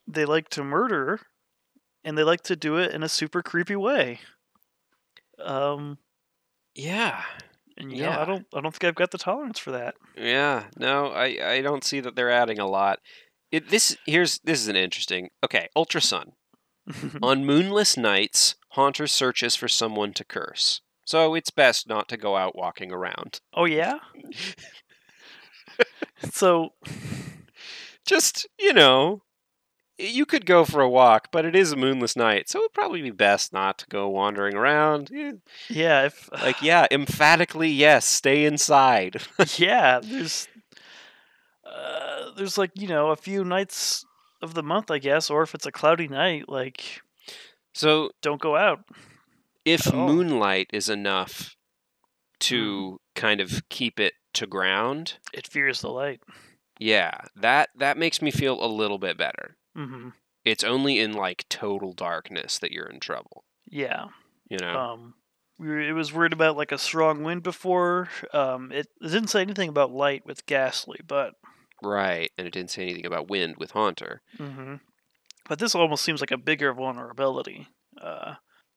they like to murder, and they like to do it in a super creepy way. Um, Yeah, and you know, I Yeah. don't, I don't think I've got the tolerance for that. yeah. No, I I don't see that they're adding a lot. It, this here's this is an interesting. Okay, Ultrasun on moonless nights, Haunter searches for someone to curse. So it's best not to go out walking around. oh yeah. so just you know you could go for a walk but it is a moonless night so it would probably be best not to go wandering around Yeah, yeah, if like yeah emphatically yes stay inside yeah, there's uh, there's like you know a few nights of the month, I guess, or if it's a cloudy night, like so don't go out. if Oh. Hmm. moonlight is enough to kind of keep it to ground It fears the light. yeah that that makes me feel a little bit better hmm it's only in like total darkness that you're in trouble Yeah. you know Um, we were, it was worried about like a strong wind before. Um, it, it didn't say anything about light with Ghastly, but right and it didn't say anything about wind with haunter mhm. but this almost seems like a bigger vulnerability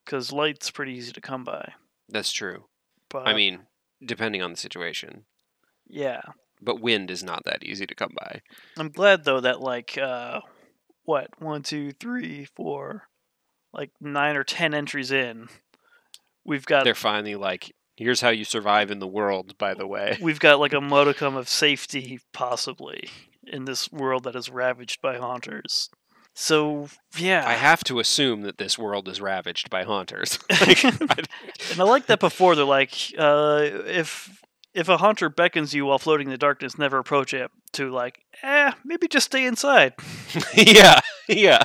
because light's pretty easy to come by. that's true But i mean depending on the situation yeah, but wind is not that easy to come by. I'm glad though that like uh, what one, two, three, four, like nine or ten entries in, we've got They're finally like, here's how you survive in the world, by the way. we've got like a modicum of safety possibly in this world that is ravaged by haunters. So yeah, I have to assume that this world is ravaged by haunters. and I like that before they're like, uh, if if a hunter beckons you while floating in the darkness, never approach it. To like, eh, maybe just stay inside. yeah, yeah.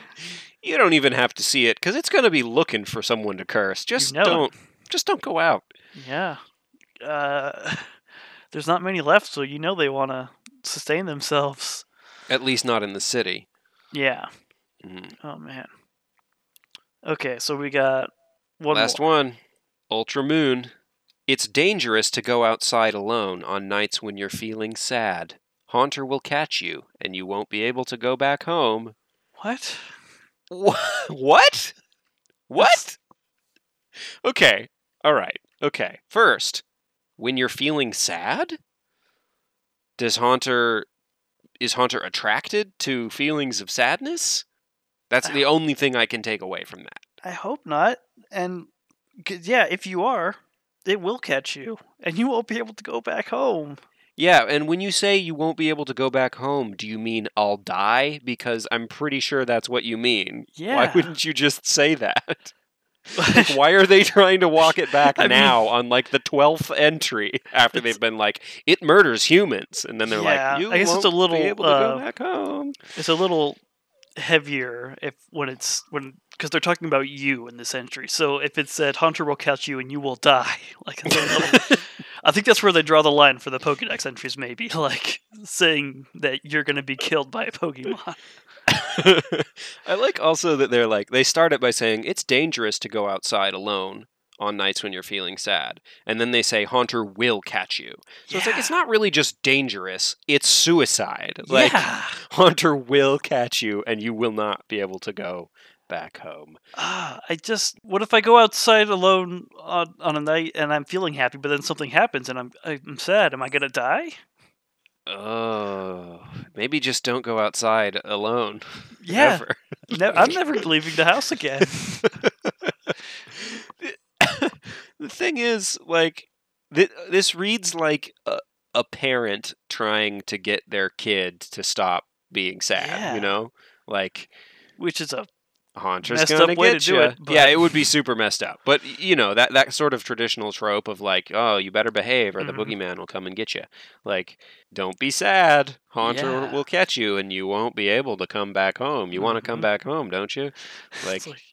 You don't even have to see it because it's going to be looking for someone to curse. Just know it. don't, just don't go out. Yeah, uh, there's not many left, so you know they want to sustain themselves. At least not in the city. Yeah. Mm. Oh man. Okay, so we got one Last more. one, Ultra Moon. It's dangerous to go outside alone on nights when you're feeling sad. Haunter will catch you, and you won't be able to go back home What? Wha- what? What? Okay. All right. Okay. First, when you're feeling sad, does Haunter is Haunter attracted to feelings of sadness? That's the only thing I can take away from that. I hope not. And 'cause, yeah, if you are, it will catch you, and you won't be able to go back home. Yeah, and when you say you won't be able to go back home, do you mean I'll die? Because I'm pretty sure that's what you mean. Yeah. Why wouldn't you just say that? Like, why are they trying to walk it back I mean- now on like the 12th entry after It's- they've been like it murders humans and then they're Yeah, like you I guess won't it's a little, be able to uh, go back home it's a little heavier if when it's when because they're talking about you in this entry. So if it said Hunter will catch you and you will die, like it's a little, I think that's where they draw the line for the Pokédex entries. Maybe like saying that you're going to be killed by a Pokemon. I like also that they're like they start it by saying it's dangerous to go outside alone on nights when you're feeling sad and then they say haunter will catch you so it's like it's not really just dangerous it's suicide like yeah. haunter will catch you and you will not be able to go back home Ah, I just what if I go outside alone on, on a night and I'm feeling happy, but then something happens and I'm I'm sad. Am I gonna die? Oh, maybe just don't go outside alone. Yeah, ever. ne- I'm never leaving the house again. the thing is, like, th- this reads like a, a parent trying to get their kid to stop being sad. Yeah. You know, like Which is a Haunter's Messed gonna up way get to do ya. it, but- Yeah, it would be super messed up. But y- you know that that sort of traditional trope of like, oh, you better behave, or the Mhm. boogeyman will come and get you. Like, don't be sad. Haunter Yeah. will catch you, and you won't be able to come back home. You want to come Mhm. back home, don't you? Like, it's like,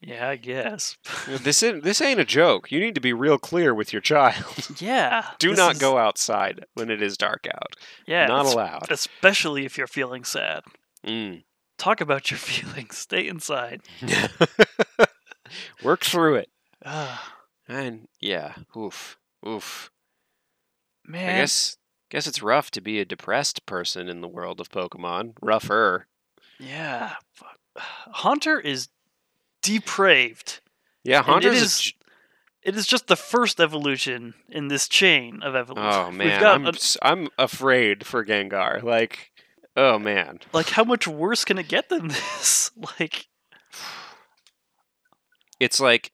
yeah, I guess. this is this ain't a joke. You need to be real clear with your child. yeah. Do this not is- go outside when it is dark out. Yeah, not es- allowed. especially if you're feeling sad. Mm. Talk about your feelings. Stay inside. Mm. Work through it. Ah, And yeah, oof, oof. man. I guess guess it's rough to be a depressed person in the world of Pokemon. Rougher. Yeah. fuck. Hunter is depraved. Yeah, And it Haunter's. a is- j- It is just the first evolution in this chain of evolution. oh We've man, got I'm a- s- I'm afraid for Gengar. Like, oh man. like how much worse can it get than this? Like It's like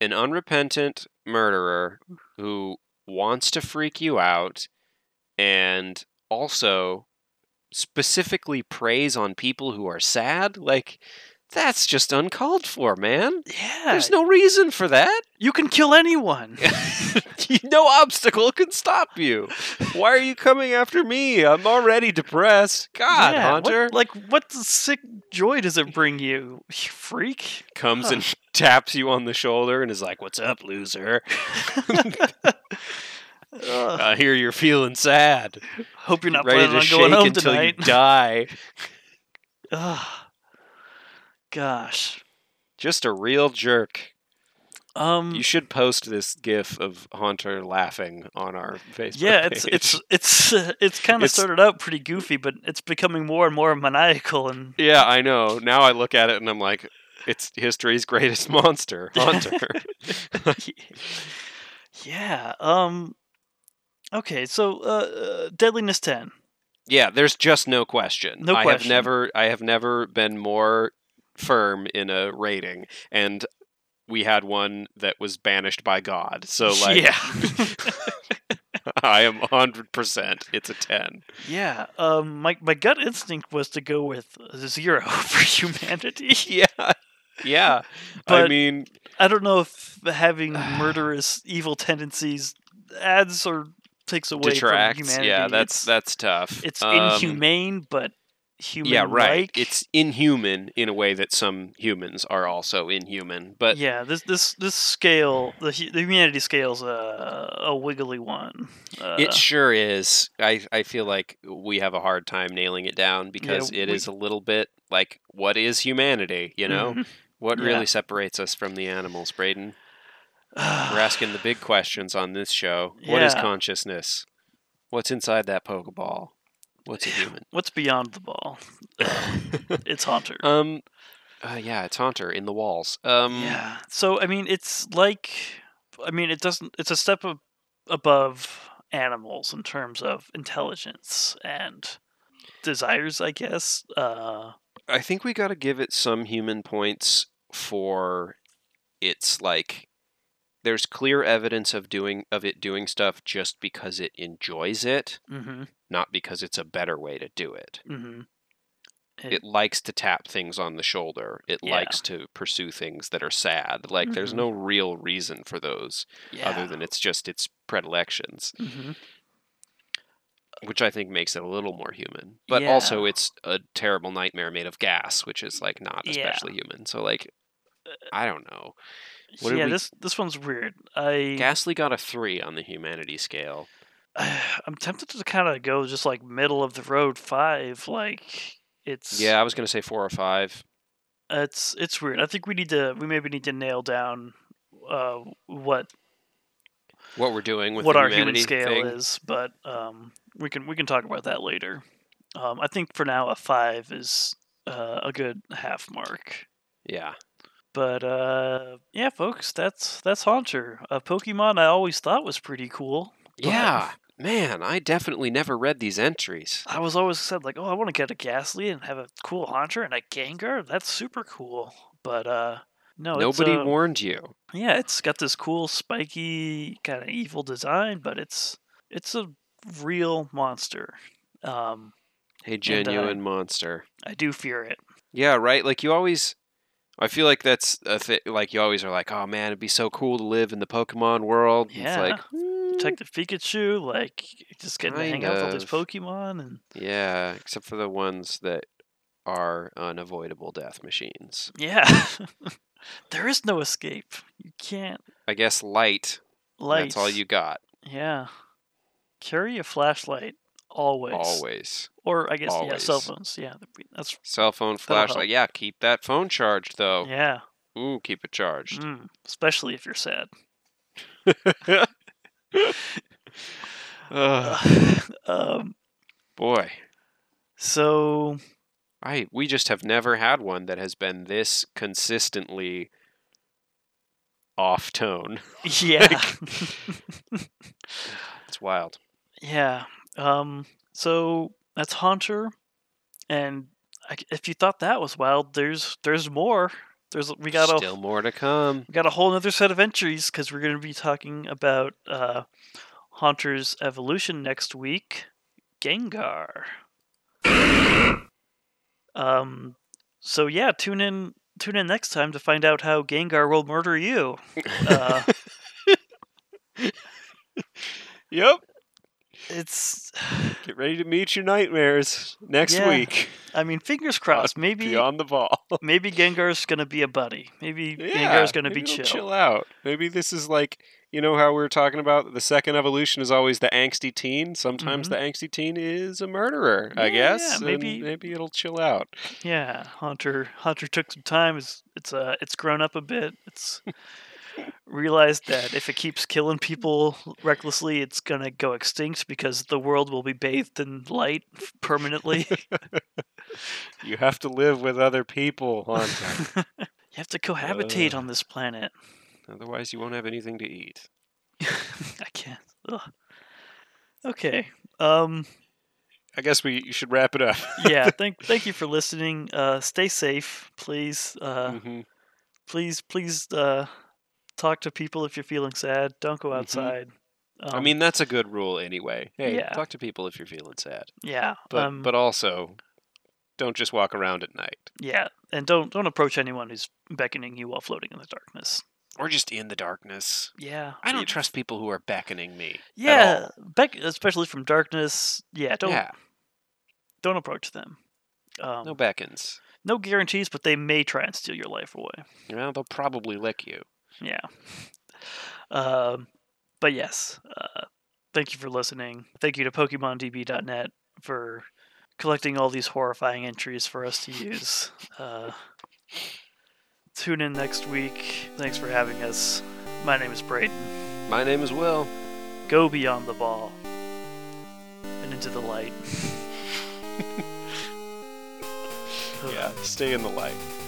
an unrepentant murderer who wants to freak you out and also specifically preys on people who are sad. Like, that's just uncalled for, man. yeah. There's no reason for that. you can kill anyone. no obstacle can stop you. Why are you coming after me? I'm already depressed. God, Yeah, what- Hunter like what the sick joy does it bring you? You freak. comes and taps you on the shoulder and is like, "What's up, loser? Ugh. I hear you're feeling sad. hope you're not Ready planning to on shake going home until tonight. you die." Ugh. Gosh. Just a real jerk. Um You should post this GIF of Haunter laughing on our Facebook. yeah, it's page. it's it's uh, it's kind of It's- started out pretty goofy, but it's becoming more and more maniacal and yeah, I know. Now I look at it and I'm like, "It's history's greatest monster, Haunter." yeah. Um. Okay, so uh, uh, deadliness ten. Yeah, there's just no question. No I have question. never I have never been more firm in a rating and we had one that was banished by God. So like yeah, I am 100% it's a 10. yeah. Um, my my gut instinct was to go with zero for humanity. Yeah. Yeah. I But- mean, I don't know if having murderous evil tendencies adds or takes away from detracts. humanity. Yeah, that's it's, that's tough. it's Um, inhumane, but human. Yeah, right. It's inhuman in a way that some humans are also inhuman, but yeah, this this this scale, the, hu- the humanity scale's a a wiggly one. Uh, It sure is. I, I feel like we have a hard time nailing it down because it we- is a little bit like what is humanity, you know? mhm. What Yeah. really separates us from the animals, Braden? We're asking the big questions on this show. What is Yeah. consciousness? What's inside that Pokeball? What's a human? What's beyond the ball? It's Haunter. um uh, yeah, it's Haunter in the walls. Um yeah. So I mean, it's like, I mean, it doesn't. It's a step ab- above animals in terms of intelligence and desires, I guess. Uh, I think we got to give it some human points for it's like there's clear evidence of doing of it doing stuff just because it enjoys it, mm-hmm, not because it's a better way to do it. mm-hmm. It- It likes to tap things on the shoulder. It Mm. Yeah. likes to pursue things that are sad. Like there's Mhm. no real reason for those Yeah. other than it's just its predilections, Mhm. which I think makes it a little more human. But Yeah. also it's a terrible nightmare made of gas, which is like not Yeah. especially human. So like uh, I don't know. What did yeah. we- This this one's weird. I Ghastly got a three on the humanity scale. I'm tempted to kind of go just like middle of the road five. Like it's Yeah, I was gonna say four or five. It's it's weird. I think we need to we maybe need to nail down uh, what What we're doing with what the our human humanity scale thing. is, but um, we can we can talk about that later. Um, I think for now a five is uh, a good half mark. Yeah, But uh, yeah, folks, that's that's Haunter, a Pokemon I always thought was pretty cool. But- yeah. Man, I definitely never read these entries. I was always said like, oh, I want to get a Ghastly and have a cool Haunter and a Gengar. That's super cool. But uh, no, Nobody it's, uh, warned you. yeah, it's got this cool spiky kind of evil design, but it's it's a real monster. Um, Hey, genuine monster. I do fear it. Yeah, right. Like you always, I feel like that's a thi- like you always are like, oh man, it'd be so cool to live in the Pokemon world. It's like, mm, Detective Pikachu, like just getting to hang out with all these Kind Pokemon, and yeah, except for the ones that are unavoidable death machines. yeah, there is no escape. You can't I guess light. light. That's all you got. Yeah, carry a flashlight always. Always. Or I guess yeah, cell Always. phones. Yeah, that'd be- that's Cell phone flashlight. help. Yeah, keep that phone charged though. yeah. Ooh, keep it charged. Mm, especially if you're sad. Ugh, um, boy, so I we just have never had one that has been this consistently off tone. yeah, It's wild. yeah. Um, so that's Haunter, and I c if you thought that was wild, there's there's more. There's we got a still more to come. we got a whole other set of entries because we're going to be talking about uh, Haunter's evolution next week. Gengar. Um. So yeah, tune in tune in next time to find out how Gengar will murder you. Uh, Yep. it's Get ready to meet your nightmares next Yeah. week. I mean, fingers crossed. Maybe Beyond the ball. maybe Gengar's gonna be a buddy. Maybe Gengar's gonna maybe be they'll chill. Chill out. Maybe this is like you know how we were talking about the second evolution is always the angsty teen. Sometimes Mhm. the angsty teen is a murderer. I Yeah, guess. yeah, and maybe- maybe it'll chill out. Yeah, Hunter Hunter took some time. It's it's uh it's grown up a bit. It's realized that if it keeps killing people recklessly, it's gonna go extinct because the world will be bathed in light permanently. You have to live with other people, Hunter. you have to cohabitate Uh. on this planet. Otherwise, you won't have anything to eat. I can't. Ugh. Okay. Um. I guess we you should wrap it up. Yeah. Thank thank you for listening. Uh. Stay safe, please. Uh. hmm Please please. Uh. Talk to people if you're feeling sad. Don't go Mhm. outside. I Um, mean, that's a good rule anyway. Hey, yeah. talk to people if you're feeling sad. Yeah, But um, but also, don't just walk around at night yeah, and don't don't approach anyone who's beckoning you while floating in the darkness. or just in the darkness. Yeah, I you- don't trust people who are beckoning me. Yeah, beck- especially from darkness. Yeah, don't yeah, don't approach them. Um, no no. beckons. guarantees, but they may try and steal your life away. You know, they'll probably lick you. Yeah. Um, but yes, uh, thank you for listening. Thank you to PokemonDB.net for collecting all these horrifying entries for us to use. Uh, tune in next week. Thanks for having us. My name is Brayden. My name is Will. go beyond the ball and into the light. stay in the light.